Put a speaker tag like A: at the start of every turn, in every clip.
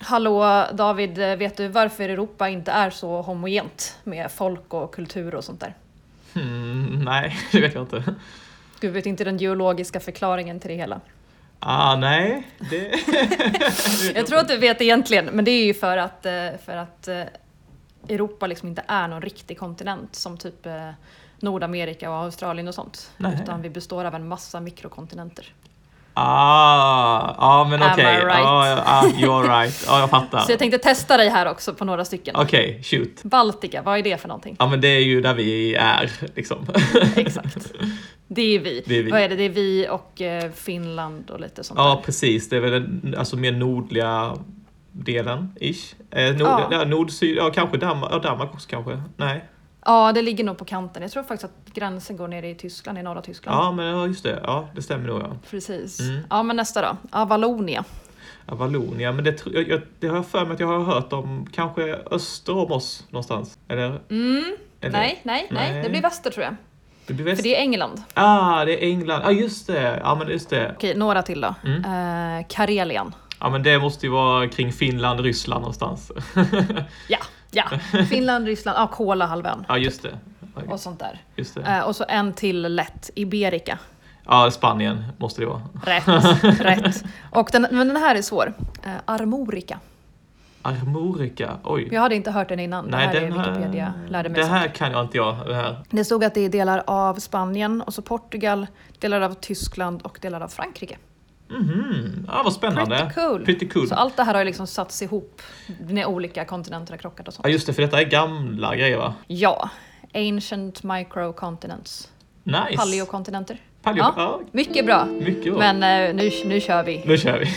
A: hallå David, vet du varför Europa inte är så homogent med folk och kultur och sånt där?
B: Hmm, nej, det vet jag inte.
A: Du vet inte den geologiska förklaringen till det hela?
B: Ah, nej. Det...
A: Jag tror att du vet egentligen, men det är ju för att, eh, för att eh, Europa liksom inte är någon riktig kontinent som typ eh, Nordamerika och Australien och sånt.
B: Nej.
A: Utan vi består av en massa mikrokontinenter.
B: Ah, ah men
A: Am I
B: okej.
A: right?
B: Ah, ah, you're right. Ja, ah, jag fattar.
A: Så jag tänkte testa dig här också på några stycken.
B: Okej, shoot.
A: Baltika, vad är det för någonting?
B: Ja, men det är ju där vi är, liksom.
A: Exakt. Det är vi.
B: Det är vi.
A: Vad är det? Det är vi och eh, Finland och lite sånt
B: Ja,
A: där.
B: precis. Det är väl den alltså, mer nordliga delen, ish. Eh, nord,
A: Ja.
B: ja. Nordsyd, ja kanske Danmark, ja, Danmark också kanske. Nej.
A: Ja, det ligger nog på kanten. Jag tror faktiskt att gränsen går ner i Tyskland, i norra Tyskland.
B: Ja, men ja, just det. Ja, det stämmer nog. Ja.
A: Precis. Ja, men nästa då. Ja, Vallonia.
B: Ja, Vallonia, men det, tr- jag, jag, det har jag för mig att jag har hört om kanske öster om oss någonstans. Eller?
A: Mm.
B: eller
A: Nej, nej, nej,
B: Nej.
A: Det blir väster tror jag.
B: Det blir
A: För
B: väst.
A: det är England.
B: Ah, det är England. Ja, ah, just det. Ja, men just det.
A: Okej, några till då. Eh, Karelien.
B: Ja, men det måste ju vara kring Finland, Ryssland någonstans.
A: Ja, ja. Finland, Ryssland, ja, Kolahalvön
B: ja, just det. Ja,
A: och sånt där.
B: Just det.
A: Eh, och så en till lätt, Iberica.
B: Ja, Spanien måste det vara.
A: Rätt, rätt. Och den, men den här är svår. Eh, Armorica.
B: Armorica. Oj.
A: Jag hade inte hört den innan. det här är Wikipedia lärde mig.
B: Det
A: sen.
B: här kan jag inte jag. Det här.
A: det stod att det är delar av Spanien och så Portugal, delar av Tyskland och delar av Frankrike.
B: Mhm. Ja, vad spännande.
A: Pretty cool.
B: Pretty cool.
A: Så allt det här har ju liksom satts ihop när olika kontinenter har krockat och sånt.
B: Ja, just det, för detta är gamla grejer va?
A: Ja, ancient microcontinents.
B: Nice.
A: Paleokontinenter.
B: Paleo.
A: Ja.
B: Ja.
A: Mycket bra.
B: mycket bra.
A: Men eh, nu, nu kör vi.
B: Nu kör vi.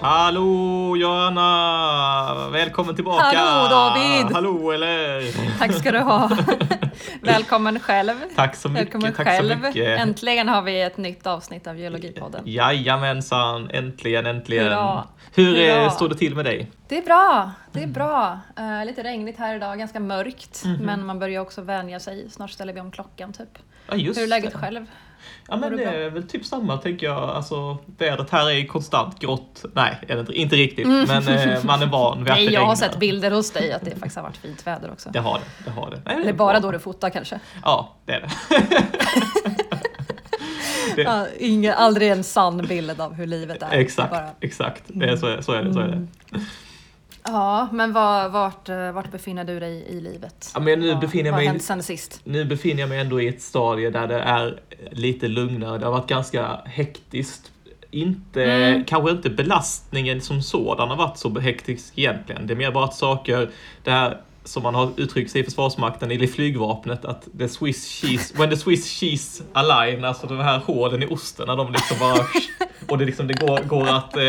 B: Hallå Johanna! Välkommen tillbaka!
A: Hallå, David!
B: Hallå eller?
A: Tack ska du ha. Välkommen själv.
B: Tack så mycket.
A: Välkommen
B: tack
A: själv.
B: Så mycket.
A: Äntligen har vi ett nytt avsnitt av Geologipodden.
B: Jajamensan, äntligen, äntligen.
A: Hurra.
B: Hur eh,
A: Hurra.
B: står det till med dig?
A: Det är bra. Det är
B: Mm.
A: bra. Eh, lite regnigt här idag, ganska mörkt.
B: Mhm.
A: Men man börjar också vänja sig. Snart ställer vi om klockan typ.
B: Ja, just
A: Hur är läget
B: det.
A: själv?
B: Ja, men
A: Mår du
B: det
A: bra?
B: är väl typ samma tänker jag. Alltså, vädret här är konstant grått. Nej, är det inte, inte riktigt, men eh, man är van vid att
A: Mm. Nej,
B: det
A: jag har
B: regnar.
A: sett bilder hos dig att det faktiskt har varit fint väder också.
B: Det har det. det, har det. Nej,
A: Det är bara då du fotar kanske.
B: Ja, det är det.
A: Ja, ingen, aldrig en sann bild av hur livet är.
B: Exakt,
A: Bara. Mm.
B: exakt. Det är, så, är- så är det. Så är det.
A: Ja, men var, vart, eh, vart befinner du dig i livet?
B: Ja, men nu
A: Vad-
B: befinner jag
A: Vad
B: mig-
A: har hänt sen sist?
B: Nu befinner jag mig ändå i ett stadie där det är lite lugnare. Det har varit ganska hektiskt. Inte,
A: Mm.
B: Kanske inte belastningen som sådan har varit så hektisk egentligen. Det är mer bara att saker, det här som man har uttryckt sig i Försvarsmakten eller i flygvapnet, att the Swiss cheese, when the Swiss cheese align, alltså de här hålen i osten, när de liksom bara... Och det, liksom, det går, går att, eh,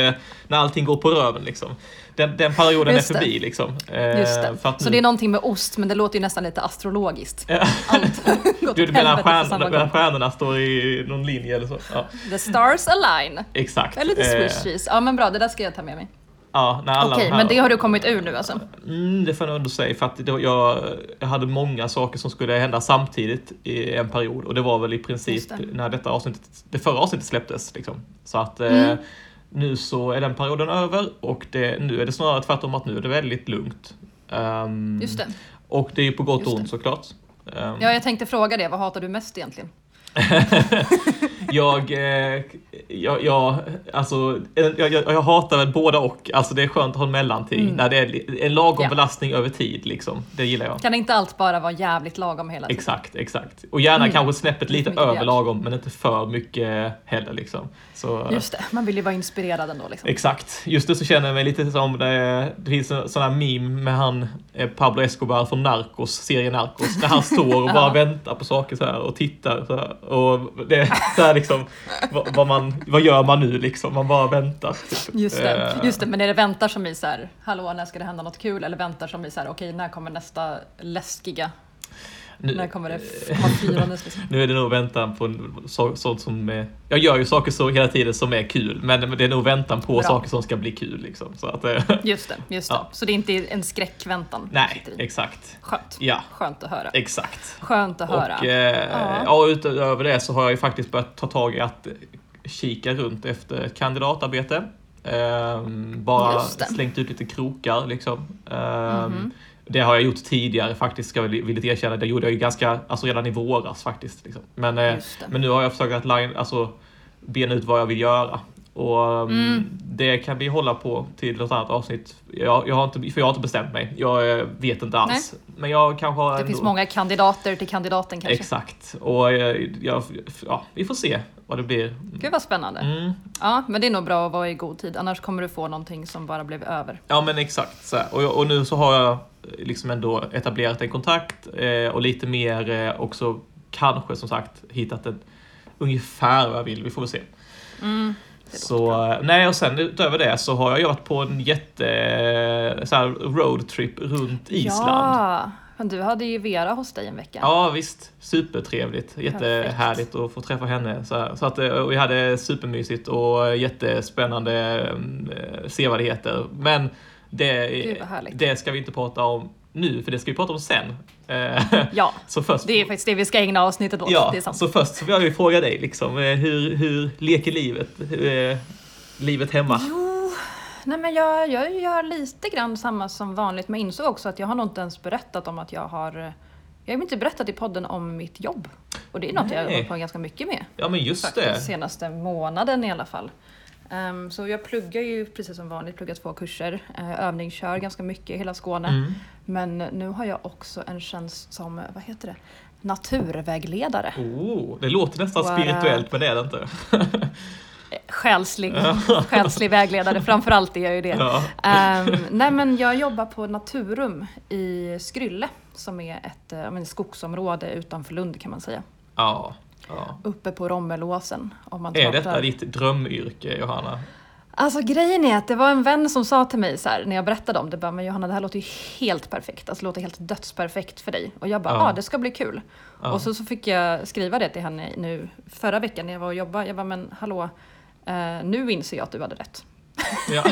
B: när allting går på röven liksom. Den, den perioden
A: Just
B: är
A: det.
B: förbi liksom. Eh,
A: Just det.
B: för att
A: Så
B: nu-
A: det är någonting med ost, men det låter ju nästan lite astrologiskt.
B: Ja.
A: Allt har gått
B: Du,
A: åt
B: du menar
A: helvete på
B: stjärnorna,
A: samma
B: menar
A: gång.
B: stjärnorna står i någon linje eller så? Ja,
A: The stars align.
B: exakt.
A: Eller lite
B: Eh,
A: swish cheese. Ja men bra, det där ska jag ta med mig.
B: Ja, när alla
A: Okej,
B: de här,
A: men det har du kommit ur nu alltså?
B: mm, det får jag ändå säga, för att det, var- jag, jag hade många saker som skulle hända samtidigt i en period och det var väl i princip
A: Just det.
B: när detta avsnittet, det förra avsnittet släpptes. Liksom. Så att
A: Mm.
B: eh, nu så är den perioden över och det, nu är det snarare tvärtom att nu är det väldigt lugnt. Ehm,
A: Just det.
B: Och det är ju på gott
A: Just
B: och
A: det.
B: ont såklart. Ehm,
A: Ja, jag tänkte fråga det. Vad hatar du mest egentligen?
B: jag, eh, jag, jag, alltså, jag, jag, jag hatar väl båda och. Alltså, det är skönt att ha en mellanting. När det är li- en lagom
A: Mm. Ja.
B: belastning över tid. Liksom. Det gillar jag.
A: Kan inte allt bara vara jävligt lagom hela tiden?
B: Exakt, exakt. Och gärna kanske snäppet lite
A: Mm. mycket
B: över
A: begärt.
B: lagom, men inte för mycket heller. Liksom. Så,
A: Just det, man vill ju vara inspirerad ändå liksom.
B: Exakt. Just det så känner jag mig lite som det, det finns en sån här meme med han eh, Pablo Escobar från Narcos, serien Narcos, där han står och bara väntar på saker så här och tittar. Så här, och det, så här liksom, vad, vad man, vad gör man nu liksom? Man bara väntar. Typ.
A: Just det,
B: Eh,
A: just det, men är det väntar som i så här, hallå när ska det hända något kul? Eller väntar som i så här, okej när kommer nästa läskiga? När
B: nu,
A: kommer det f- komma fyrandes? Liksom?
B: nu är det nog väntan på så, sånt som... eh, Jag gör ju saker så hela tiden som är kul, men men det är nog väntan på
A: Bra.
B: saker som ska bli kul liksom. Så att, eh,
A: Just det, just det.
B: Ja.
A: Så det är inte en skräckväntan?
B: nej,
A: sitter i.
B: exakt.
A: Skönt.
B: Ja,
A: Skönt att höra.
B: exakt.
A: Skönt att höra.
B: Och eh,
A: Ja.
B: ja. utöver det så har jag ju faktiskt börjat ta tag i att kika runt efter ett kandidatarbete. Ehm, bara
A: Just det.
B: slängt ut lite krokar liksom. Ehm,
A: Mhm.
B: Det har jag gjort tidigare faktiskt, ska jag vil- villigt erkänna. Det gjorde jag ju ganska, alltså redan i våras faktiskt. Liksom. Men, eh,
A: Just det.
B: men nu har jag försökt att line, alltså, bena ut vad jag vill göra. Och ehm,
A: Mm.
B: Det kan vi hålla på till något annat avsnitt. Jag, jag har inte, för jag har inte bestämt mig. Jag eh, vet inte alls. Men jag kanske har
A: Det
B: ändå-
A: finns många kandidater till kandidaten kanske.
B: Exakt. Och eh, jag, ja, vi får se vad det blir.
A: Gud vad spännande.
B: Mm.
A: Ja, men det är nog bra att vara i god tid, annars kommer du få någonting som bara blev över.
B: Ja men exakt. Så här. Och, jag- och nu så har jag eh, liksom ändå etablerat en kontakt eh, och lite mer eh, också kanske som sagt hittat en, ungefär vad jag vill. Vi får väl se.
A: Mm. Det låter
B: Så, eh, nej, och sen utöver det så har jag varit på en jätte eh, så här, roadtrip runt Island.
A: Ja, men du hade ju Vera hos dig en vecka.
B: Ja visst, supertrevligt. Jättehärligt att få träffa henne. Så, här. så att, eh, och vi hade supermysigt och jättespännande mm, eh, sevärdheter. Men
A: Gud,
B: det,
A: vad härligt.
B: det ska vi inte prata om nu, för det ska vi prata om sen. Eh,
A: Ja,
B: så först,
A: det är faktiskt det vi ska ägna avsnittet åt.
B: ja,
A: det är sant.
B: så först så vill jag ju fråga dig, liksom, eh, hur, hur leker livet? Hur är livet hemma?
A: Jo, Oh, nej men jag, jag gör lite grann samma som vanligt, men jag insåg också att jag har nog inte ens berättat om att jag har... Jag har inte berättat i podden om mitt jobb. Och det är något jag har
B: Nej.
A: hållit på ganska mycket med.
B: Ja men just
A: faktiskt,
B: det.
A: senaste månaden i alla fall. Ehm, så jag pluggar ju precis som vanligt, pluggar två kurser, uh, övningskör ganska mycket i hela Skåne.
B: Mm.
A: Men nu har jag också en tjänst som, eh, vad heter det, naturvägledare.
B: Oh, det låter nästan
A: Wow.
B: spirituellt men det är det inte.
A: Eh, Själslig, själslig vägledare, framförallt är jag ju det.
B: Ja.
A: Ehm, nej men jag jobbar på Naturum i Skrylle som är ett eh, ja, men skogsområde utanför Lund kan man säga.
B: Ja, ja.
A: Uppe på Rommelåsen. Om man
B: Är
A: pratar-
B: detta ditt drömyrke Johanna?
A: Alltså grejen är att det var en vän som sa till mig så här, när jag berättade om det, bara, men Johanna det här låter ju helt perfekt, alltså det låter helt dödsperfekt för dig. Och jag bara, ja
B: Ja.
A: ah, det ska bli kul.
B: Ja.
A: Och så, så fick jag skriva det till henne nu förra veckan när jag var och jobbade, jag bara, men hallå, eh, nu inser jag att du hade rätt.
B: Ja.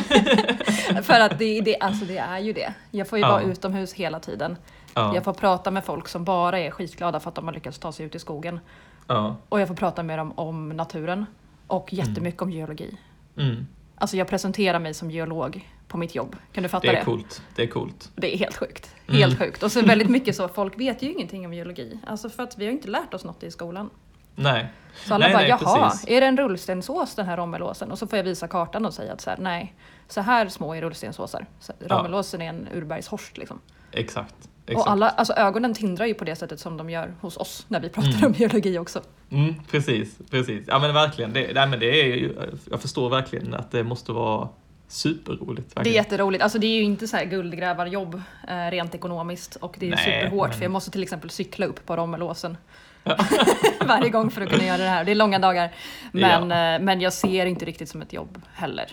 A: för att det, det, alltså, det är ju det. Jag får ju
B: Ja.
A: vara utomhus hela tiden.
B: Ja.
A: Jag får prata med folk som bara är skitglada för att de har lyckats ta sig ut i skogen.
B: Ja.
A: Och jag får prata med dem om naturen och jättemycket om geologi.
B: Mm.
A: Alltså jag presenterar mig som geolog på mitt jobb. Kan du fatta
B: Det
A: det?
B: är coolt. Mm. Det är coolt.
A: Det är helt sjukt. Helt sjukt. Och så väldigt mycket så, folk vet ju ingenting om geologi. Alltså för att vi har inte lärt oss något i skolan.
B: Nej.
A: Så alla
B: nej,
A: bara,
B: nej,
A: jaha,
B: precis.
A: är det en rullstensås den här Rommelåsen? Och så får jag visa kartan och säga att så här, nej, så här små är rullstensåsar. Så
B: Ja.
A: Rommelåsen är en urbergshorst liksom.
B: Exakt. exakt.
A: Och alla, alltså ögonen tindrar ju på det sättet som de gör hos oss när vi pratar om geologi också.
B: Mm, precis, precis. Ja men verkligen. Det, nej, men det är ju, jag förstår verkligen att det måste vara superroligt.
A: Det är
B: Verkligen.
A: jätteroligt. Alltså det är ju inte så här guldgrävarjobb eh, rent ekonomiskt och det är ju
B: Nej,
A: superhårt
B: men-
A: för jag måste till exempel cykla upp på Rommelåsen varje gång för att kunna göra det här. Det är långa dagar. Men, eh, men jag ser inte riktigt som ett jobb heller.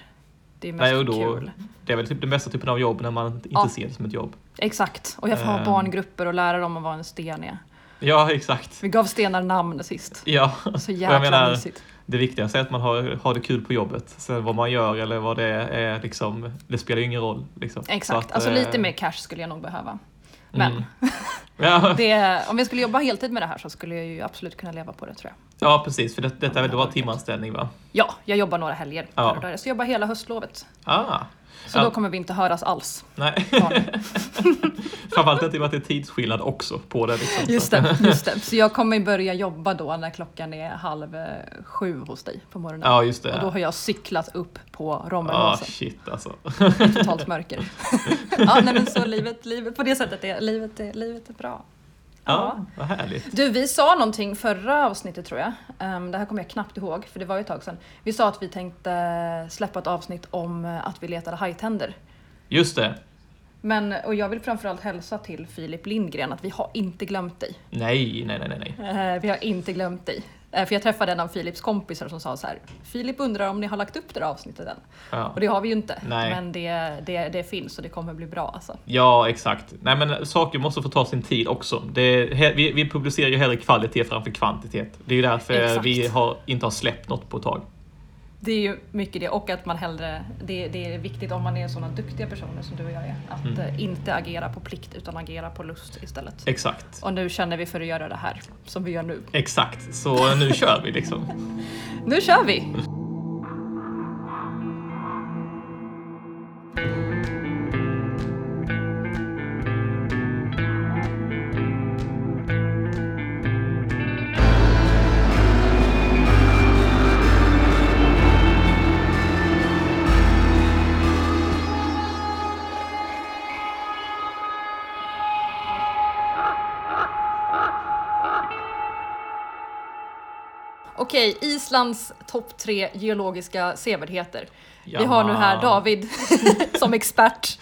A: Det är mest
B: Nej, och då-
A: kul.
B: det är väl typ den bästa typen av jobb när man inte
A: Ja.
B: ser det som ett jobb.
A: Exakt. Och jag får ha
B: Ehm.
A: barngrupper och lära dem om vad en sten är.
B: Ja, exakt.
A: Vi gav stenar namn sist.
B: Ja,
A: Så
B: jag
A: jäkla
B: menar-
A: mysigt.
B: det viktigaste är att man har, har det kul på jobbet. Sen vad man gör eller vad det är, liksom, det spelar ju ingen roll. Liksom. Så
A: Exakt.
B: att,
A: alltså
B: eh,
A: lite mer cash skulle jag nog behöva. Men
B: Mm. Ja,
A: det, om jag skulle jobba heltid med det här så skulle jag ju absolut kunna leva på det tror jag.
B: ja, precis. För det, detta är väl bara timanställning va?
A: Ja, jag jobbar några helger.
B: Ja.
A: här och där. Så jag jobbar hela höstlovet.
B: Ah,
A: Så
B: Ja.
A: då kommer vi inte höras alls.
B: nej.
A: barn.
B: Framförallt inte i och med att det är tidsskillnad också på det. Liksom.
A: Just det, just det. Så jag kommer börja jobba då när klockan är halv eh, sju hos dig på morgonen.
B: Ja, just
A: Och då
B: det.
A: har jag cyklat upp på
B: Ja,
A: Rommelåsen
B: shit alltså.
A: i totalt mörker. ja, nej, men så livet, livet på det sättet är livet, är, livet är bra.
B: Ja, vad härligt.
A: Du, vi sa någonting förra avsnittet tror jag. Ehm, det här kommer jag knappt ihåg för det var ju ett tag sedan. Vi sa att vi tänkte eh, släppa ett avsnitt om eh, att vi letade hajtänder.
B: Just det.
A: Men, och jag vill framförallt hälsa till Filip Lindgren att vi har inte glömt dig.
B: Nej, nej, nej, nej, nej.
A: Eh, vi har inte glömt dig. Eh, För jag träffade en av Filips kompisar som sa så här, Filip undrar om ni har lagt upp det där avsnittet än?
B: Ja.
A: Och det har vi ju inte,
B: Nej.
A: men det, det, det finns och det kommer bli bra alltså.
B: Ja, exakt. Nej, men saker måste få ta sin tid också. Det, he- vi, vi publicerar ju hellre kvalitet framför kvantitet. Det är ju därför
A: Exakt.
B: vi har, inte har släppt något på ett tag.
A: Det är ju mycket det och att man hellre, det, det är viktigt om man är sådana duktiga personer som du och jag är, att eh, inte agera på plikt utan agera på lust istället.
B: Exakt.
A: Och nu känner vi för att göra det här som vi gör nu.
B: Exakt. Så nu kör vi liksom.
A: Nu kör vi! Okej, Islands topp tre geologiska sevärdheter. Vi har nu här David som expert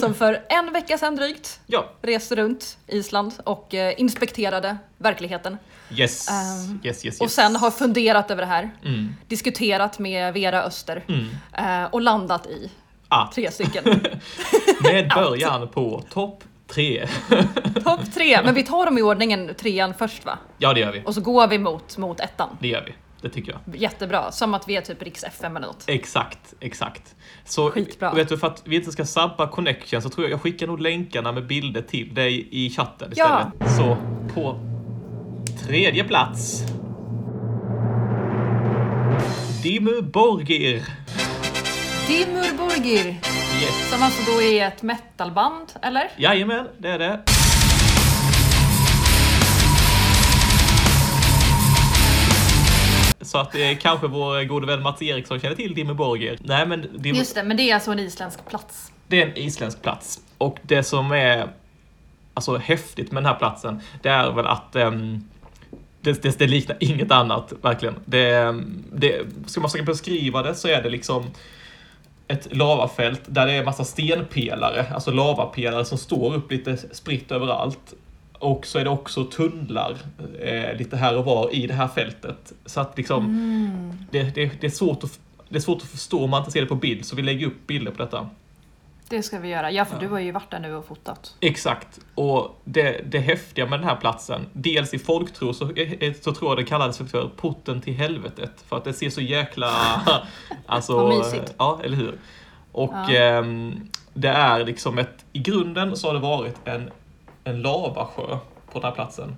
A: som för en vecka sedan drygt
B: Ja.
A: reste runt Island och eh, inspekterade verkligheten.
B: Yes.
A: Ehm,
B: yes, yes, yes.
A: Och sen har funderat över det här,
B: Mm.
A: diskuterat med Vera Öster
B: Mm.
A: eh, och landat i
B: Ah,
A: tre stycken.
B: med början på topp tre.
A: Topp tre, men vi tar dem i ordningen, trean först va?
B: Ja, det gör vi.
A: Och så går vi mot, mot ettan.
B: Det gör vi. Det tycker jag.
A: Jättebra, som att vi är typ riks FM eller något.
B: Exakt, exakt. Så
A: Skitbra.
B: vet du, för att vi inte ska sabba connection så tror jag jag skickar nog länkarna med bilder till dig i chatten
A: Ja.
B: istället. Så på tredje plats. Dimmu Borgir.
A: Dimur Borgir,
B: Yes.
A: som alltså då är ett metalband, eller?
B: Jajamän, det är det. Så att eh, kanske vår gode vän Mats Eriksson känner till Dimmu Borgir. Nej men Dimmu
A: Just det, men det är alltså en isländsk plats.
B: Det är en isländsk plats. Och det som är alltså, häftigt med den här platsen, det är väl att ehm, det, det, det liknar inget annat, verkligen. Det, ehm, det, ska man försöka beskriva det så är det liksom ett lavafält där det är massa stenpelare, alltså lavapelare som står upp lite spritt överallt. Och så är det också tunnlar eh, lite här och var i det här fältet. Så att liksom,
A: Mm.
B: det, det, det, är svårt att, det är svårt att förstå om man inte ser det på bild, så vi lägger upp bilder på detta.
A: Det ska vi göra. Ja, för du har ju varit där nu och fotat.
B: Exakt. Och det, det häftiga med den här platsen, dels i folktro så, eh, så tror jag det kallades för porten till helvetet. För att det ser så jäkla... alltså,
A: Vad mysigt.
B: Ja, eller hur? Och
A: Ja.
B: ehm, det är liksom ett... I grunden så har det varit en, en lavasjö på den här platsen.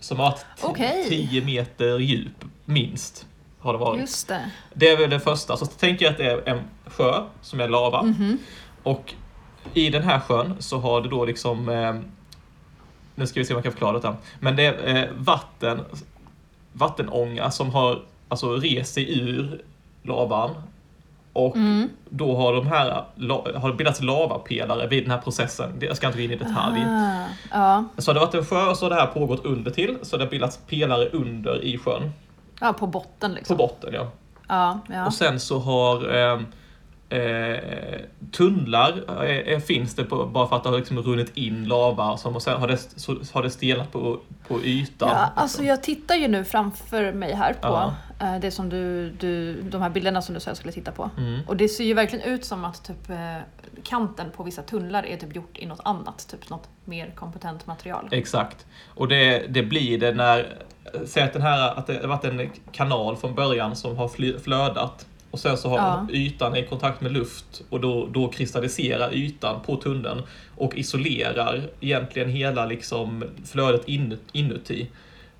B: Som har varit t-
A: Okej.
B: 10 meter djup, minst. Har det varit.
A: Just det.
B: Det är väl det första. Så tänker jag att det är en sjö som är lava.
A: Mhm.
B: Och i den här sjön så har det då liksom, eh, nu ska vi se om jag kan förklara detta, men det är eh, vatten, vattenånga som har alltså rest sig ur lavan och då har de här la- har det bildats lavapelare vid den här processen. Det- Jag ska inte gå in i detalj.
A: Ah, ja.
B: Så har det varit en sjö och så har det här pågått under till så det har bildats pelare under i sjön.
A: ja, på botten
B: På
A: liksom.
B: botten ja.
A: Ja, ja.
B: Och sen så har ehm, eh, tunnlar eh, eh, finns det på, bara för att det har liksom runnit in lava som, och sen har det, så, har det stelnat på, på ytan.
A: Ja, alltså jag tittar ju nu framför mig här på
B: Ja.
A: eh, det som du, du, de här bilderna som du sa jag skulle titta på.
B: Mm.
A: Och det ser ju verkligen ut som att typ, eh, kanten på vissa tunnlar är typ gjort i något annat, typ något mer kompetent material.
B: Exakt. Och det, det blir det när, säg att, den här, att det har varit en kanal från början som har fly, flödat och sen så har
A: Ja.
B: ytan i kontakt med luft och då, då kristalliserar ytan på tunneln och isolerar egentligen hela liksom flödet in, inuti.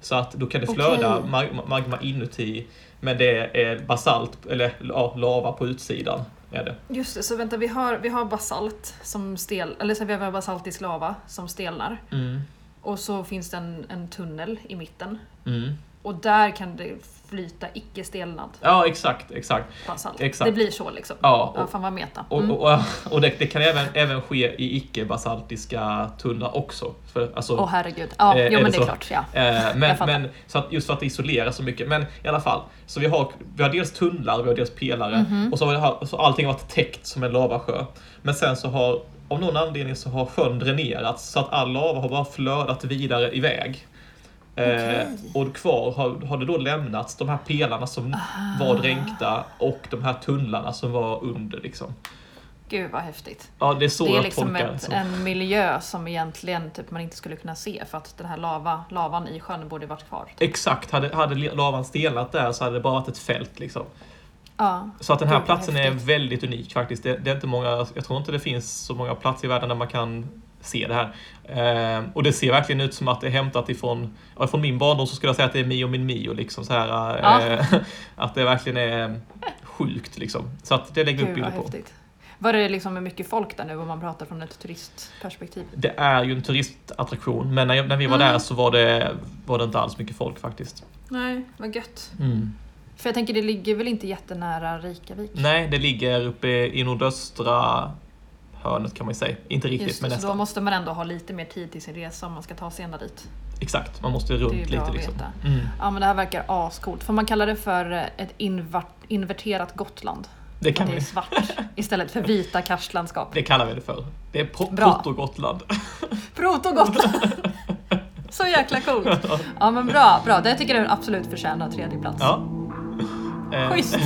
B: Så att då kan det flöda
A: Okej.
B: magma, magma inuti men det är basalt, eller ja, lava på utsidan. Är det.
A: Just det, så vänta vi har, vi har basalt som stel, eller så vi har basaltisk lava som stelnar.
B: Mm.
A: Och så finns det en, en tunnel i mitten.
B: Mm.
A: Och där kan det flyta icke stelnad
B: Ja, exakt, exakt.
A: basalt.
B: Exakt.
A: Det blir så liksom.
B: Ja,
A: Ja,
B: och,
A: fan vad meta.
B: Och, och, och det, det kan även, även ske i icke-basaltiska tunnlar också. För, alltså,
A: Åh herregud. Ja,
B: Eh,
A: jo,
B: är
A: men
B: det
A: det
B: så?
A: är klart. Ja.
B: eh, men,
A: jag fattar.
B: men, så att, just för att det isolerar så mycket. Men i alla fall, så vi har, vi har dels tunnlar, vi har dels pelare
A: Mhm.
B: och så har vi det här- så allting har varit täckt som en lavasjö. Men sen så har, av någon anledning så har sjön dränerats så att all lava har bara flödat vidare iväg. Eh, Eh, och kvar har, har det då lämnats de här pelarna som var dränkta och de här tunnlarna som var under. Liksom.
A: Gud vad häftigt.
B: Ja, det är så
A: Det är
B: jag
A: liksom
B: tolkar det.
A: ett,
B: som.
A: en miljö som egentligen typ, man inte skulle kunna se för att den här lava, lavan i sjön borde varit kvar.
B: Exakt, hade, hade lavan stelnat där så hade det bara varit ett fält. Liksom.
A: Ja,
B: Så att den här
A: Gud, vad
B: platsen
A: häftigt.
B: är väldigt unik faktiskt. Det, det är inte många, jag tror inte det finns så många platser i världen där man kan se det här. Ehm, och det ser verkligen ut som att det är hämtat ifrån, ja, från min barndom så skulle jag säga att det är Mio min Mio. Liksom så här, eh, att det verkligen är sjukt liksom. Så att det lägger vi upp
A: gud vad
B: bilder på.
A: häftigt. Var det liksom mycket folk där nu om man pratar från ett turistperspektiv?
B: Det är ju en turistattraktion men när, jag, när vi var
A: Mm.
B: där så var det, var det inte alls mycket folk faktiskt.
A: Nej, vad gött.
B: Mm.
A: För jag tänker det ligger väl inte jättenära Reykjavik?
B: Nej, det ligger uppe i nordöstra hörnet kan man ju säga. Inte riktigt
A: Just
B: men
A: det, så då
B: nästan.
A: måste man ändå ha lite mer tid till sin resa om man ska ta sig ända dit.
B: Exakt, man måste
A: Det är ju
B: runt
A: bra
B: lite
A: att
B: liksom.
A: veta.
B: Mm.
A: Ja men det här verkar ascoolt. Får man kalla det för eh, ett inver- inverterat Gotland?
B: Det,
A: Att
B: kan
A: det är
B: vi,
A: svart istället för vita karstlandskap.
B: det kallar vi det för. Det är pro-
A: Bra.
B: proto-Gotland.
A: Proto-Gotland! Så jäkla coolt! Ja men bra, bra. Det tycker jag den absolut förtjänar tredje plats.
B: Ja. Eh,
A: Schysst!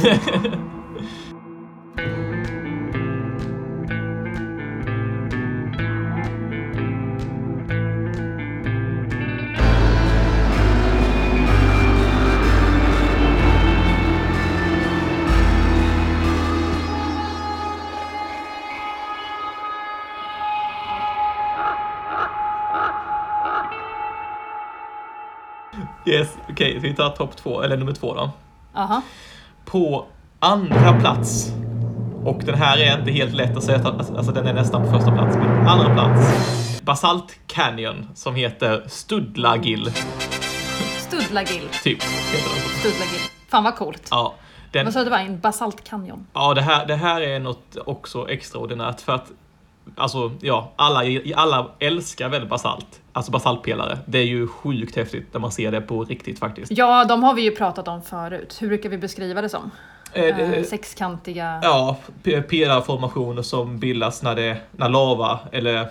B: Yes, okej, vi tar topp två, eller nummer två då.
A: Aha.
B: På andra plats, och den här är inte helt lätt att säga, att- alltså den är nästan på första plats, men andra plats. Basalt Canyon som heter Studlagill,
A: Studlagill.
B: typ. Heter den. så.
A: Studlagill. Fan vad coolt.
B: Ja, den,
A: Vad sa du det var? En basaltkanjon?
B: ja det, här, det här är något också extraordinärt för att Alltså ja, alla, alla älskar väl basalt. Alltså basaltpelare. Det är ju sjukt häftigt när man ser det på riktigt faktiskt.
A: Ja, de har vi ju pratat om förut. Hur brukar vi beskriva det som?
B: Eh,
A: Eh,
B: eh,
A: Sexkantiga...
B: Ja, p- pelarformationer som bildas när, det, när lava eller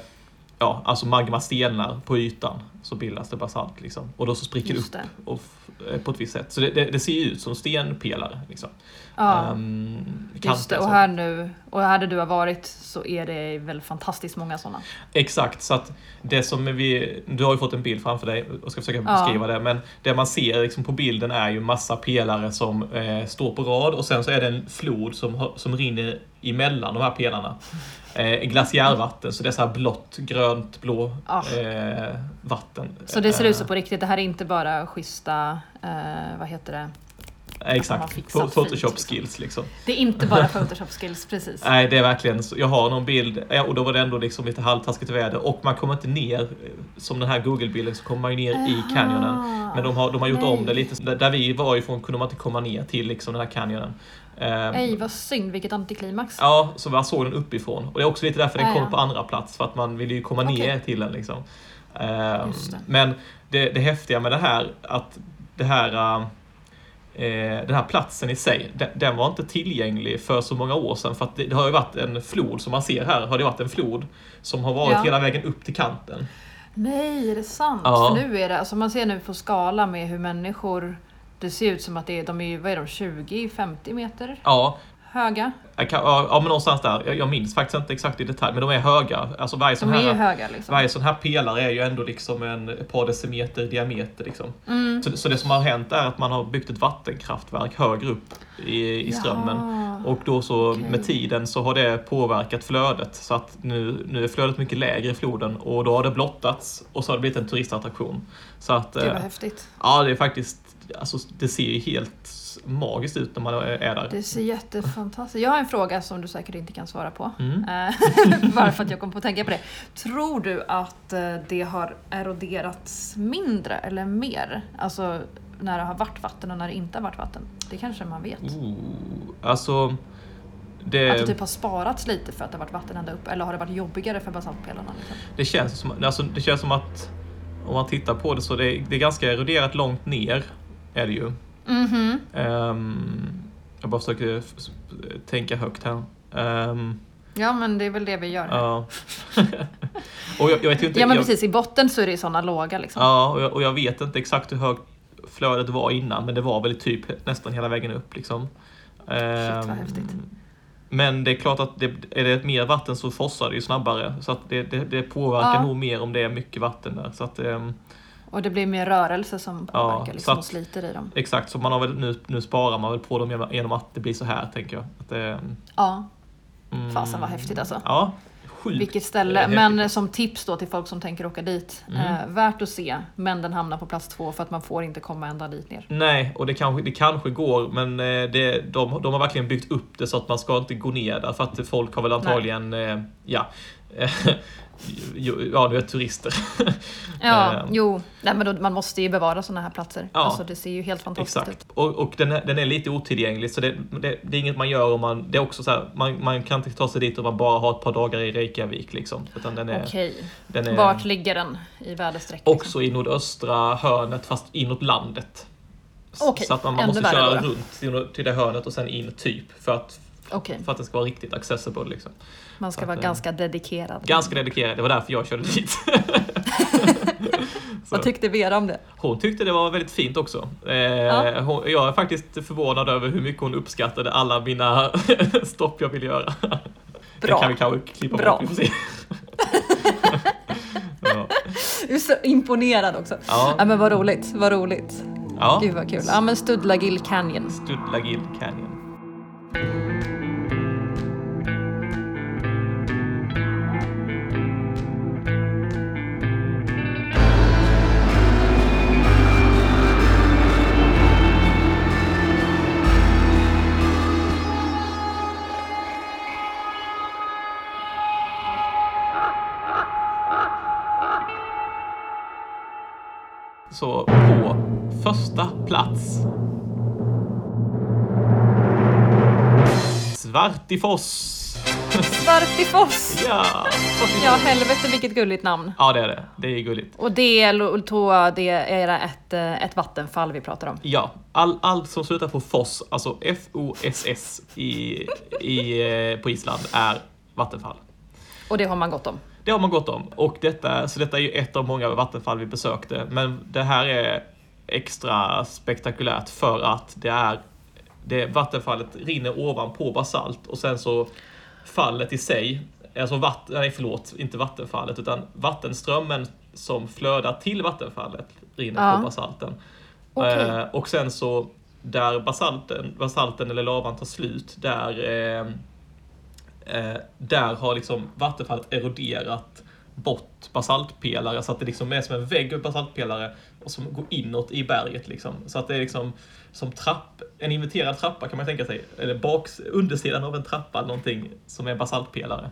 B: ja, alltså magma stelnar på ytan så bildas det basalt liksom. Och då så spricker det upp
A: Just det.
B: och f- eh, på ett visst sätt. Så det, det, det ser ju ut som stenpelare. Liksom.
A: Ja.
B: Ehm,
A: Just
B: kanter
A: det,
B: så.
A: och här nu, och här där du har varit så är det väl fantastiskt många sådana.
B: Exakt, så att det som vi, du har ju fått en bild framför dig och ska försöka
A: Ja.
B: beskriva det, men det man ser liksom på bilden är ju massa pelare som eh, står på rad och sen så är det en flod som, har- som rinner emellan de här pelarna. Eh, glaciärvatten, så det är så här blått, grönt, blå
A: Ah.
B: eh, vatten.
A: Så det ser
B: Eh,
A: ut så på riktigt, det här är inte bara schyssta, eh, vad heter det? man
B: Eh, Exakt,
A: fixar
B: Pho-
A: fint,
B: Photoshop
A: liksom.
B: skills liksom.
A: Det är inte bara Photoshop skills, precis.
B: Nej, det är verkligen så. Jag har någon bild ja, och då var det ändå liksom lite halvtaskigt väder och man kommer inte ner eh, som den här Google-bilden så kommer man ju ner i canyonen.
A: Aha.
B: Men de har, de har gjort
A: Nej.
B: om det lite. Där, där vi var ifrån kunde man inte komma ner till liksom den här canyonen. Ehm,
A: Nej, vad synd, vilket antiklimax.
B: Ja, så man såg den uppifrån. Och det är också lite därför den
A: Ah,
B: kom
A: ja.
B: på andra plats, för att man ville ju komma
A: Okej.
B: ner till den. Liksom. Ehm,
A: Just det.
B: Men det, det häftiga med det här, att det här, eh, eh, den här platsen i sig, den, den var inte tillgänglig för så många år sedan. För att det, det har ju varit en flod, som man ser här, har det varit en flod som har varit
A: Ja.
B: hela vägen upp till kanten.
A: Nej, är det sant?
B: Ja.
A: För nu är det, alltså man ser nu på skala med hur människor, det ser ut som att det är, de är, vad är de, 20-50 meter
B: Ja,
A: höga?
B: jag kan, ja, ja, men någonstans där. Jag, jag minns faktiskt inte exakt i detalj, men de är höga. Alltså varje sån
A: De är ju
B: här
A: höga liksom.
B: Varje sån här pelare är ju ändå liksom en ett par decimeter i diameter. Liksom.
A: Mm.
B: Så, så det som har hänt är att man har byggt ett vattenkraftverk högre upp i, i strömmen.
A: Jaha.
B: Och då så
A: Okej.
B: med tiden så har det påverkat flödet så att nu, nu är flödet mycket lägre i floden och då har det blottats och så har det blivit en turistattraktion. Så att,
A: Gud vad
B: eh,
A: häftigt.
B: ja det är faktiskt, alltså, det ser ju helt magiskt ut när man är där.
A: Det ser jättefantastiskt Jag har en fråga som du säkert inte kan svara på.
B: Mm.
A: Eh, Bara för att jag kom på att tänka på det. Tror du att eh, det har eroderats mindre eller mer? Alltså när det har varit vatten och när det inte har varit vatten? Det kanske man vet?
B: Ooh, Oh, alltså, det...
A: Att det typ har sparats lite för att det har varit vatten ända upp? Eller har det varit jobbigare för basaltpelarna? Liksom?
B: Det känns som, alltså, det känns som att om man tittar på det så det, det är ganska eroderat långt ner. Är det ju.
A: Mhm.
B: Ehm, jag bara försöker f- s- tänka högt här. Ehm,
A: Ja men det är väl det vi gör. här.
B: ja. Och jag, jag vet ju inte,
A: Ja men
B: jag,
A: precis, i botten så är det ju sådana låga liksom.
B: Ja, och jag, och jag vet inte exakt hur högt flödet var innan, men det var väl typ nästan hela vägen upp. Liksom.
A: vad
B: Ehm,
A: häftigt.
B: Men det är klart att det, är det mer vatten så fossar det ju snabbare, så att det, det, det påverkar
A: Ja.
B: nog mer om det är mycket vatten där. Så att, ehm,
A: Och det blir mer rörelse som påverkar
B: så
A: liksom,
B: att-
A: och sliter i dem.
B: exakt, så man har väl, nu, nu sparar man väl på dem genom- genom att det blir så här, tänker jag. Att, ehm,
A: Ja,
B: mm,
A: fasen vad häftigt alltså.
B: Ja, sjukt.
A: Vilket
B: eh,
A: ställe,
B: häftigt. Mm.
A: men som tips då till folk som tänker åka dit. Eh, värt att se, men den hamnar på plats två för att man får inte komma ända dit ner.
B: Nej, och det kanske, det kanske går, men eh, det, de, de har verkligen byggt upp det så att man ska inte gå ner där, för att folk har väl antagligen, eh, ja, eh, ju- ja, du är turister.
A: Ja,
B: Ehm.
A: jo, Nej, men då, man måste ju bevara sådana här platser.
B: Ja.
A: Alltså, det ser ju helt fantastiskt ut.
B: Exakt. Och, och den, är, den är lite otillgänglig, så det, det, det är inget man gör om man, det är också så här, man, man kan inte ta sig dit om man bara har ett par dagar i Reykjavik liksom. Utan den är,
A: Okej,
B: den är
A: vart ligger den i väderstreck? liksom?
B: eh, också i nordöstra hörnet, fast inåt landet. S-
A: Okej,
B: Så att man, man
A: ännu
B: måste
A: värre
B: köra
A: då.
B: runt till, till det hörnet och sen in typ, för att,
A: Okej,
B: för att den ska vara riktigt accessible liksom.
A: man ska
B: att,
A: vara
B: eh,
A: ganska dedikerad.
B: Ganska dedikerad, det var därför jag körde dit.
A: Vad tyckte Vera om det?
B: Hon tyckte det var väldigt fint också. Eh,
A: Ja.
B: hon, jag är faktiskt förvånad över hur mycket hon uppskattade alla mina stopp jag ville göra. Det
A: Bra.
B: kan vi kanske klippa
A: Bra.
B: bort, vi får se. ja.
A: Du är så imponerad också.
B: Ja.
A: Ja, men vad roligt, vad roligt.
B: ja.
A: Gud vad kul. Ja men Studlagill Canyon.
B: Studlagill Canyon. Så på första plats Svartifoss!
A: Svartifoss!
B: Ja!
A: Ja helvete vilket gulligt namn.
B: Ja, det är det. Det är gulligt.
A: Och det är, då, det är ett, eh, ett vattenfall vi pratar om.
B: Ja, all- allt som slutar på foss, alltså F-O-S-S i, i, eh, på Island är vattenfall.
A: Och det har man gott om.
B: Det har man gått om. Och detta, så detta är ju ett av många vattenfall vi besökte. Men det här är extra spektakulärt för att det är det vattenfallet rinner ovanpå basalt och sen så fallet i sig, alltså vatten, nej förlåt, inte vattenfallet utan vattenströmmen som flödar till vattenfallet rinner
A: Ja.
B: på basalten.
A: Okej.
B: Eh, och sen så där basalten, basalten eller lavan tar slut, där eh, Eh, där har liksom vattenfallet eroderat bort basaltpelare så att det liksom är som en vägg av basaltpelare och som går inåt i berget. Liksom. Så att det är liksom som trapp, en inverterad trappa kan man tänka sig. Eller baks, undersidan av en trappa eller någonting som är basaltpelare.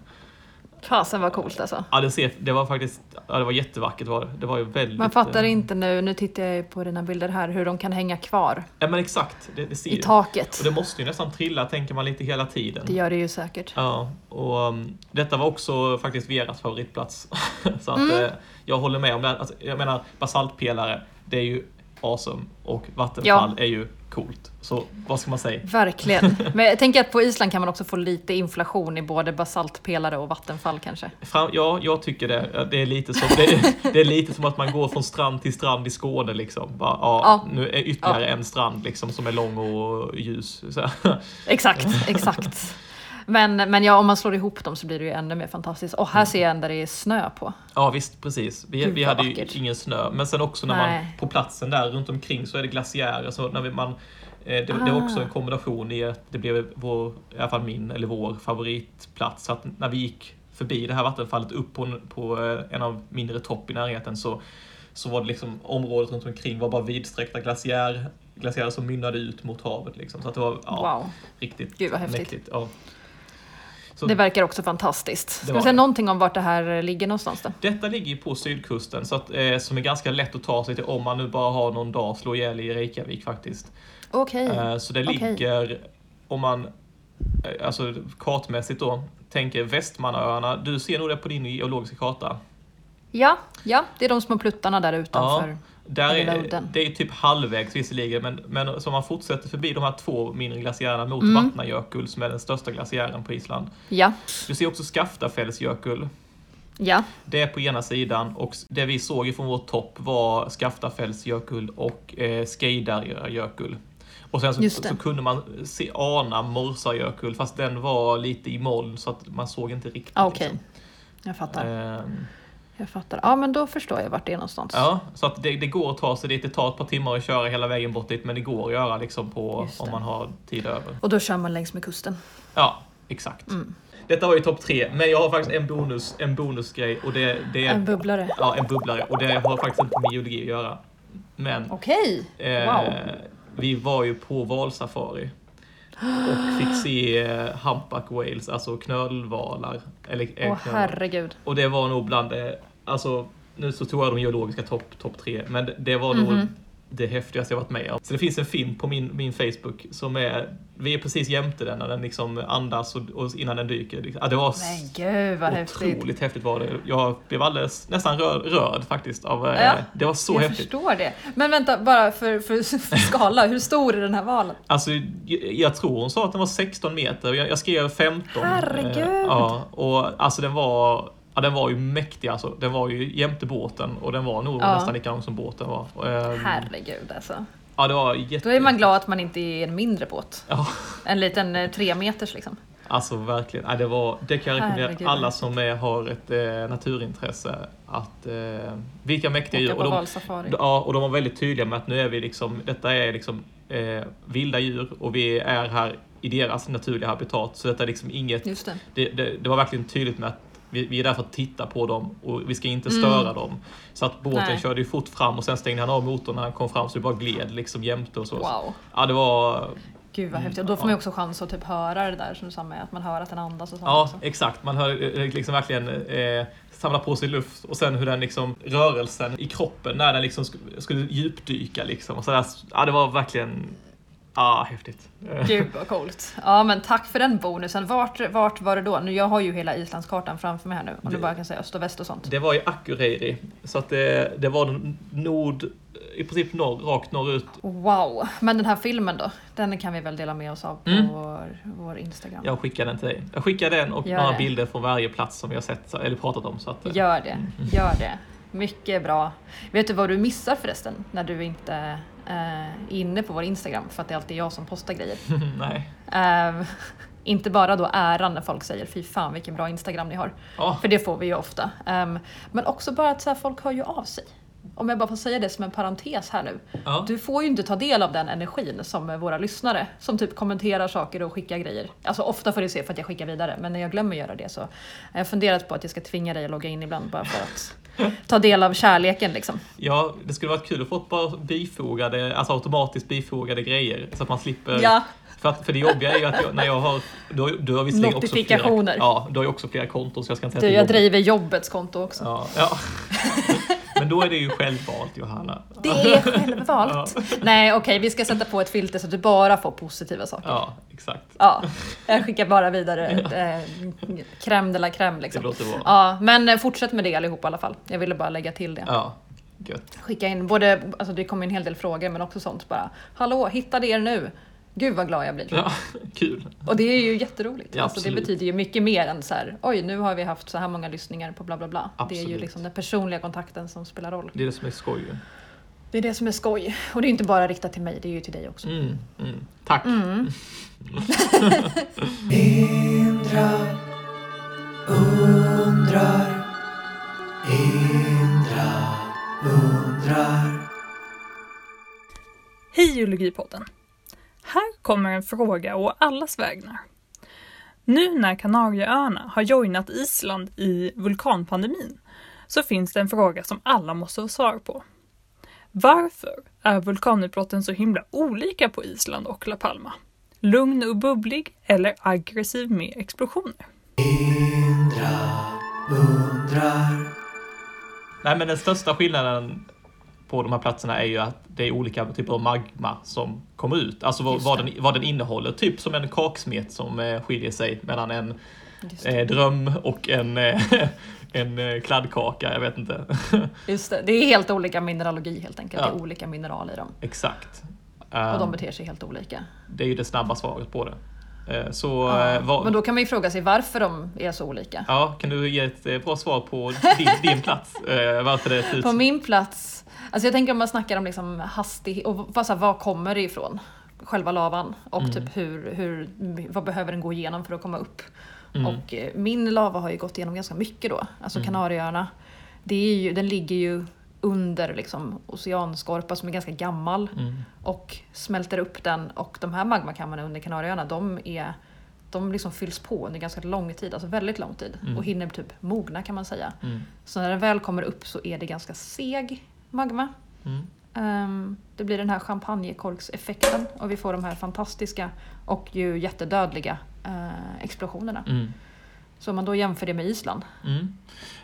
A: Fasen vad coolt alltså.
B: Ja, det, ser, det var faktiskt ja, det var jättevackert. Var det. det var ju väldigt...
A: Man fattar
B: eh,
A: inte nu, nu tittar jag ju på dina bilder här, hur de kan hänga kvar
B: Ja, men exakt. Det, det ser
A: i
B: ju.
A: taket.
B: Och det måste ju nästan trilla, tänker man lite hela tiden.
A: Det gör det ju säkert.
B: Ja, och um, detta var också faktiskt Veras favoritplats. så att
A: Mm.
B: eh, jag håller med om det. här. Alltså, jag menar, basaltpelare, det är ju awesome och vattenfall är ju coolt. Så vad ska man säga?
A: Verkligen. Men jag tänker att på Island kan man också få lite inflation i både basaltpelare och vattenfall kanske.
B: Fram, ja, jag tycker det. Det är, lite som, det, är, det är lite som att man går från strand till strand i Skåne. Liksom. Bara, ja,
A: Ja.
B: Nu är ytterligare en strand liksom, som är lång och ljus. Så, här.
A: Exakt, exakt. Men, men ja, om man slår ihop dem så blir det ju ännu mer fantastiskt. Och här ser jag en där det är snö på.
B: Ja visst, precis. Vi,
A: Gud,
B: vi
A: vad
B: hade ju
A: vackert.
B: ingen snö. Men sen också när man,
A: Nej.
B: på platsen där runt omkring så är det glaciärer. Så när vi, man, eh, det, det var också
A: Ah.
B: en kombination i att det blev vår, i alla fall min eller vår favoritplats. Så att när vi gick förbi det här vattenfallet upp på, en- på eh, en av mindre topp i närheten så, så var det liksom området runt omkring var bara vidsträckta glaciär, glaciärer som mynnade ut mot havet. Liksom. Så att det var ja,
A: Wow.
B: riktigt
A: Gud, vad häftigt.
B: mäktigt. Ja. Så
A: Det verkar också fantastiskt. Ska
B: var
A: vi säga
B: det.
A: någonting om vart det här ligger någonstans då?
B: Detta ligger ju på sydkusten, så att, eh, som är ganska lätt att ta sig till om man nu bara har någon dag att slå ihjäl i Reykjavik faktiskt.
A: Okej.
B: Eh, så det
A: Mm. Okej.
B: ligger, om man eh, alltså kartmässigt då, tänker Västmannaöarna. Du ser nog det på din geologiska karta.
A: Ja, ja, det är de små pluttarna där utanför.
B: där
A: eller
B: är,
A: Loden.
B: det är ju typ halvvägs visserligen, men, men så man fortsätter förbi de här två mindre glaciärerna mot
A: Mm.
B: Vatnajökull som är den största glaciären på Island.
A: Ja.
B: Du ser också Skaftafällsjökull.
A: Ja.
B: Det är på ena sidan och det vi såg ifrån vår topp var Skaftafälls Jökull och eh, Skeidarö Jökull. Och sen så,
A: Just det.
B: så kunde man se, ana Morsa Jökull fast den var lite i moln så att man såg inte riktigt.
A: Ah, Okej,
B: liksom.
A: jag fattar.
B: Ehm,
A: Jag fattar. Ja, men då förstår jag vart det är någonstans.
B: Ja, så att det, det går att ta sig dit. Det tar ett par timmar att köra hela vägen bort dit men det går att göra liksom på,
A: Just det.
B: om man har tid över.
A: Och då kör man längs med kusten.
B: Ja, exakt.
A: Mm.
B: Detta var ju topp tre, men jag har faktiskt en bonus, en bonusgrej och det, det är
A: En bubblare.
B: ja, en bubblare och det har faktiskt inte med geologi att göra. Men
A: Okej!
B: eh,
A: Wow.
B: vi var ju på valsafari och fick se eh, humpback whales, alltså knölvalar. Eller, eh,
A: Åh
B: knölvalar.
A: herregud.
B: Och det var nog bland det, alltså nu så tog jag de geologiska topp top tre, men det, det var
A: Mhm.
B: nog det häftigaste jag varit med om. Så det finns en film på min, min Facebook som är, vi är precis jämte den när den liksom andas och, och innan den dyker. Ja, det var
A: Men gud vad häftigt.
B: otroligt häftigt var det. Jag blev alldeles, nästan rörd, rörd faktiskt av, eh,
A: Ja,
B: det var så
A: jag
B: häftigt.
A: förstår det. Men vänta, bara för, för, för skala, hur stor är den här valen?
B: Alltså, jag, jag tror hon sa att den var 16 meter. Jag, jag skrev 15.
A: Herregud!
B: Eh, ja, och alltså den var, ja, den var ju mäktig alltså. Den var ju jämte båten och den var nog
A: Ja.
B: nästan lika lång som båten var. Eh,
A: Herregud alltså.
B: Ja, det var jätte...
A: Då är man glad att man inte är en mindre båt.
B: Ja,
A: En liten eh, tre meters liksom.
B: alltså verkligen. Ja, det, var, det kan jag
A: Herregud.
B: rekommendera alla som är, har ett eh, naturintresse. Att, eh, vilka
A: Åka
B: mäktiga djur.
A: på
B: Och de,
A: valsafari.
B: ja, och de var väldigt tydliga med att nu är vi liksom, detta är liksom eh, vilda djur och vi är här i deras naturliga habitat. Så detta är liksom inget
A: Just det.
B: det, det, det var verkligen tydligt med att vi, vi är där för att titta på dem och vi ska inte störa dem. Så att båten
A: Mm. Nej.
B: körde ju fort fram och sen stängde han av motorn när han kom fram så det bara gled liksom jämte och så.
A: Wow.
B: Ja, det var...
A: Gud
B: Mm.
A: vad häftigt. Och då får man ju också chans att typ höra det där som du sa med att man hör att den andas och sånt
B: Ja,
A: också.
B: exakt. Man hör eh, liksom verkligen eh, samla på sig luft och sen hur den liksom rörelsen i kroppen när den liksom sk- skulle djupdyka liksom. Och så där, ja, det var verkligen... Ja, häftigt. Eh,
A: Gud vad coolt. Ja men tack för den bonusen. Vart, vart var det då? Nu, jag har ju hela islandskartan framför mig här nu. Om du
B: Det-
A: bara kan säga öst och väst och sånt.
B: Det var i Akureyri, så att eh, det, det var den nord, i princip norr, rakt norrut
A: Wow! Men den här filmen då? Den kan vi väl dela med oss av på
B: Mm.
A: vår, vår Instagram?
B: Jag skickar den till dig. Jag skickar den och
A: Gör
B: några
A: det.
B: bilder från varje plats som vi har sett eller pratat om. Så att, eh,
A: Gör det, gör det. Mycket bra. Vet du vad du missar förresten när du inte eh, är inne på vår Instagram? För att det är alltid jag som postar grejer.
B: nej.
A: Eh, inte bara då äran när folk säger fy fan vilken bra Instagram ni har.
B: Ja,
A: För det får vi ju ofta. Ehm, men också bara att så här, folk hör ju av sig. Om jag bara får säga det som en parentes här nu.
B: ja.
A: Du får ju inte ta del av den energin som eh, våra lyssnare som typ kommenterar saker och skickar grejer. Alltså ofta får du se för att jag skickar vidare, men när jag glömmer göra det så har jag funderat på att jag ska tvinga dig att logga in ibland bara för att ta del av kärleken liksom.
B: ja, det skulle varit kul att få ett par bifogade, alltså automatiskt bifogade grejer så att man slipper.
A: Ja,
B: För, att, för det jobbiga är ju att jag, när jag har, du har, du har visserligen också flera,
A: Notifikationer.
B: ja, du har ju också flera konton så jag ska inte säga
A: du,
B: att
A: jag
B: det är
A: driver jobbets konto också.
B: jobbigt. Ja, ja. Men då är det ju självvalt Johanna.
A: Det är självvalt. Nej, okej, vi ska sätta på ett filter så att du bara får positiva saker. Ja,
B: Ja, exakt.
A: jag skickar bara vidare ett, eh, crème de la crème
B: Det
A: liksom.
B: låter bra.
A: Ja, men eh, fortsätt med det allihopa i alla fall. Jag ville bara lägga till det.
B: Ja, gött.
A: skicka in både, alltså det kom en hel del frågor men också sånt bara. Hallå, hittade er nu? Gud vad glad jag blir.
B: Ja, kul.
A: Och det är ju jätteroligt.
B: Ja,
A: alltså det
B: absolut.
A: betyder ju mycket mer än så här, oj nu har vi haft så här många lyssningar på bla bla bla. Det är ju
B: Absolut.
A: liksom den personliga kontakten som spelar roll.
B: Det är det som är skoj. ju.
A: Det är det som är skoj. Och det är inte bara riktat till mig, det är ju till dig också.
B: Mm, mm. Tack.
C: Hindrar, undrar, hindrar, undrar.
D: Hej Geologipodden! Här kommer en fråga å allas vägnar. Nu när Kanarieöarna har joinat Island i vulkanpandemin så finns det en fråga som alla måste få svar på. Varför är vulkanutbrotten så himla olika på Island och La Palma? Lugn och bubblig eller aggressiv med explosioner?
B: Nej, men den största skillnaden på de här platserna är ju att det är olika typer av magma som kommer ut. Alltså vad,
A: Just
B: vad,
A: det.
B: den, vad den innehåller. Typ som en kaksmet som eh, skiljer sig mellan en
A: Just, det.
B: eh, dröm och en, eh, en eh, kladdkaka. Jag vet inte.
A: Just det. det är helt olika mineralogi helt enkelt. Det
B: Ja.
A: är olika mineral i dem.
B: Exakt.
A: Och
B: Eh,
A: de beter sig helt olika.
B: det är ju det snabba svaret på det. Eh, Så, ja, var,
A: Ah, Men då kan man ju fråga sig varför de är så olika.
B: ja, kan du ge ett eh, bra svar på din, din plats? Eh, Varför det ser ut
A: På
B: som-
A: min plats, alltså jag tänker om man snackar om liksom hastighet och vad, så här, vad kommer det ifrån? Själva lavan och typ hur, hur, vad behöver den gå igenom för att komma upp? Och eh, min lava har ju gått igenom ganska mycket då, alltså Kanarieöarna. Det är ju, den ligger ju under liksom oceanskorpa som är ganska gammal och smälter upp den och de här magmakammarna under Kanarieöarna de är de liksom fylls på under ganska lång tid, alltså väldigt lång tid
B: Mm.
A: och hinner typ mogna kan man säga. Så när den väl kommer upp så är det ganska seg magma.
B: Mm.
A: Ehm, det blir den här champagnekorkseffekten och vi får de här fantastiska och ju jättedödliga eh, explosionerna.
B: Mm.
A: Så om man då jämför det med Island.
B: Mm.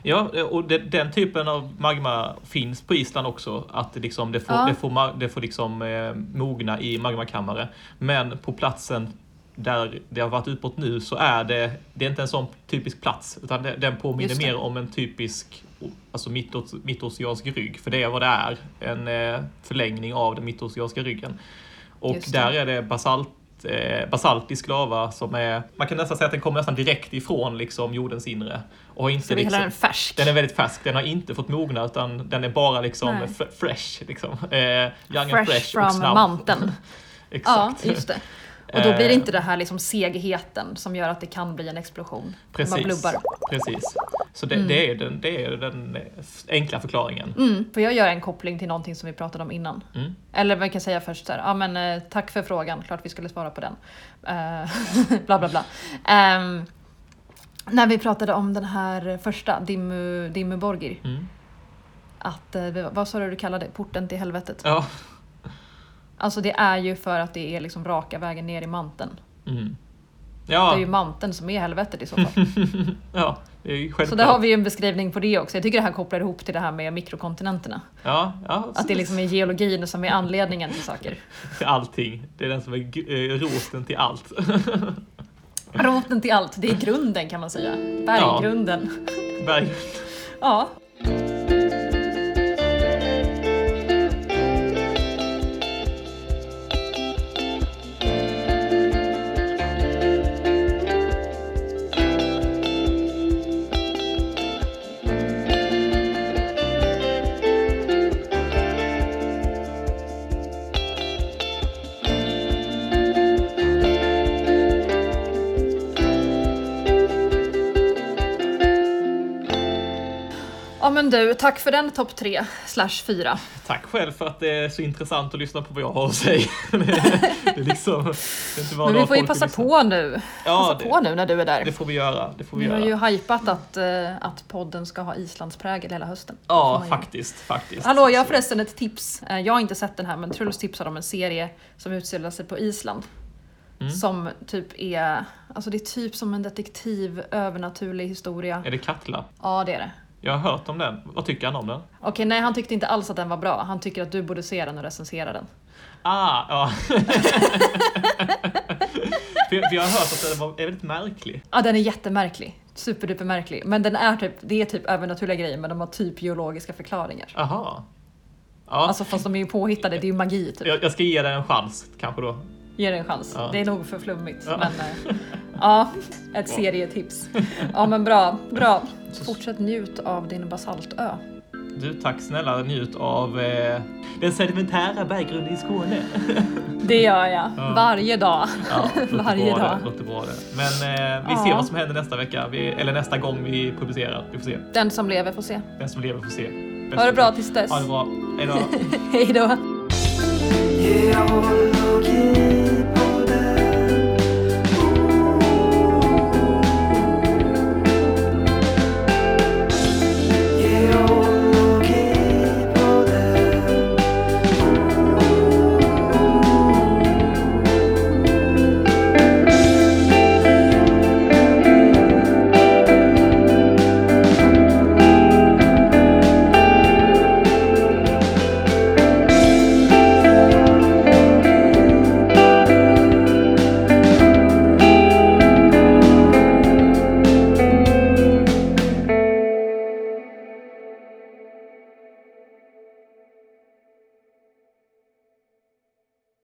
B: Ja, eh, och de, den typen av magma finns på Island också. Att det, liksom, det får,
A: Ja.
B: det får, ma- det får liksom, eh, mogna i magmakammare. Men på platsen där det har varit utbrott nu så är det, det är inte en sån typisk plats. Utan det, den påminner
A: Just det.
B: mer om en typisk alltså mittos, mittoceansk rygg. För det är vad det är. En eh, förlängning av den mittoceanska ryggen. Och
A: Just det.
B: där är det basalt, eh, basaltisk lava som är, man kan nästan säga att den kommer nästan direkt ifrån liksom jordens inre. Och har inte
A: Så vi kallar den
B: liksom,
A: färsk.
B: den är väldigt färsk, den har inte fått mogna utan den är bara liksom
A: Nej.
B: f- fresh. Liksom. Eh, young and
A: fresh,
B: fresh och
A: from
B: snabb.
A: manteln. ja,
B: Exakt.
A: just det. Och då blir det
B: Eh.
A: inte det här liksom segheten som gör att det kan bli en explosion. Man blubbar.
B: Precis. Så det, det, är den, det är den eh, enkla förklaringen.
A: Mm, får jag göra en koppling till någonting som vi pratade om innan?
B: Mm.
A: Eller man kan säga först så här, ja men eh, tack för frågan, klart vi skulle svara på den. Eh, bla bla bla. Ehm, när vi pratade om den här första, Dimmu, Dimmu Borgir,
B: Mm.
A: att, eh, vad sa du du kallade det? Porten till helvetet.
B: Ja.
A: Alltså det är ju för att det är liksom raka vägen ner i manteln.
B: Mm.
A: Det är ju
B: Ja,
A: manteln som är helvetet i så fall.
B: ja, det är ju
A: Så där har
B: självklart.
A: vi ju en beskrivning på det också. Jag tycker det här kopplar ihop till det här med mikrokontinenterna.
B: Ja, ja,
A: Att det liksom är geologin som är anledningen till saker.
B: till allting. Det är den som är gu- eh, roten till allt.
A: Roten till allt, det är grunden kan man säga. Berggrunden.
B: Berg.
A: Ja. ja men du, tack för den topp tre slash fyra.
B: Tack själv för att det är så intressant att lyssna på vad jag har att säga. Det är liksom, det är inte var
A: Men
B: dag
A: vi får ju
B: folk vill
A: passa
B: lyssna.
A: på nu. Passa
B: det-
A: på nu när du är
B: Det
A: där.
B: får vi göra. Det får vi
A: Vi har
B: göra.
A: ju hypat att, eh, att podden ska ha Islandsprägel hela hösten. Det får
B: Ja,
A: man ju-
B: faktiskt. faktiskt.
A: Hallå, jag har
B: Så-
A: förresten ett tips. Eh, Jag har inte sett den här men Truls tipsade om en serie som utspelar sig på Island.
B: Mm.
A: Som typ är, alltså det är typ som en detektiv, övernaturlig historia.
B: Är det Katla?
A: Ja det är det.
B: Jag har hört om den. Vad tycker han om den?
A: Okej, nej han tyckte inte alls att den var bra. Han tycker att du borde se den och recensera den.
B: Ah, ja. för, jag- för jag har hört att den var är väldigt märklig.
A: Ja, den är jättemärklig. Superdupermärklig. Men den är typ, det är typ övernaturliga grejer men de har typ geologiska förklaringar.
B: Aha. Ja,
A: Alltså fast de är ju påhittade, det är ju magi typ.
B: jag, jag ska ge den en chans kanske då.
A: Ge det en chans.
B: Ja.
A: Det är nog för flummigt.
B: Ja.
A: Men eh, ja, ett serietips. Ja men bra, bra. Fortsätt njut av din basaltö.
B: Du, tack snälla. Njut av eh, den sedimentära berggrunden i Skåne.
A: Det gör jag.
B: Ja.
A: Varje dag.
B: Ja, låter
A: Varje
B: bra
A: dag.
B: Det, låter bra det. Men eh, vi
A: Ja.
B: ser vad som händer nästa vecka. Vi, eller nästa gång vi publicerar. Vi får se.
A: Den som lever får se.
B: Den som lever får se. Den
A: Ha det
B: som-
A: bra tills dess.
B: Ha det bra. Hej då.
A: Hej då.
C: Geologi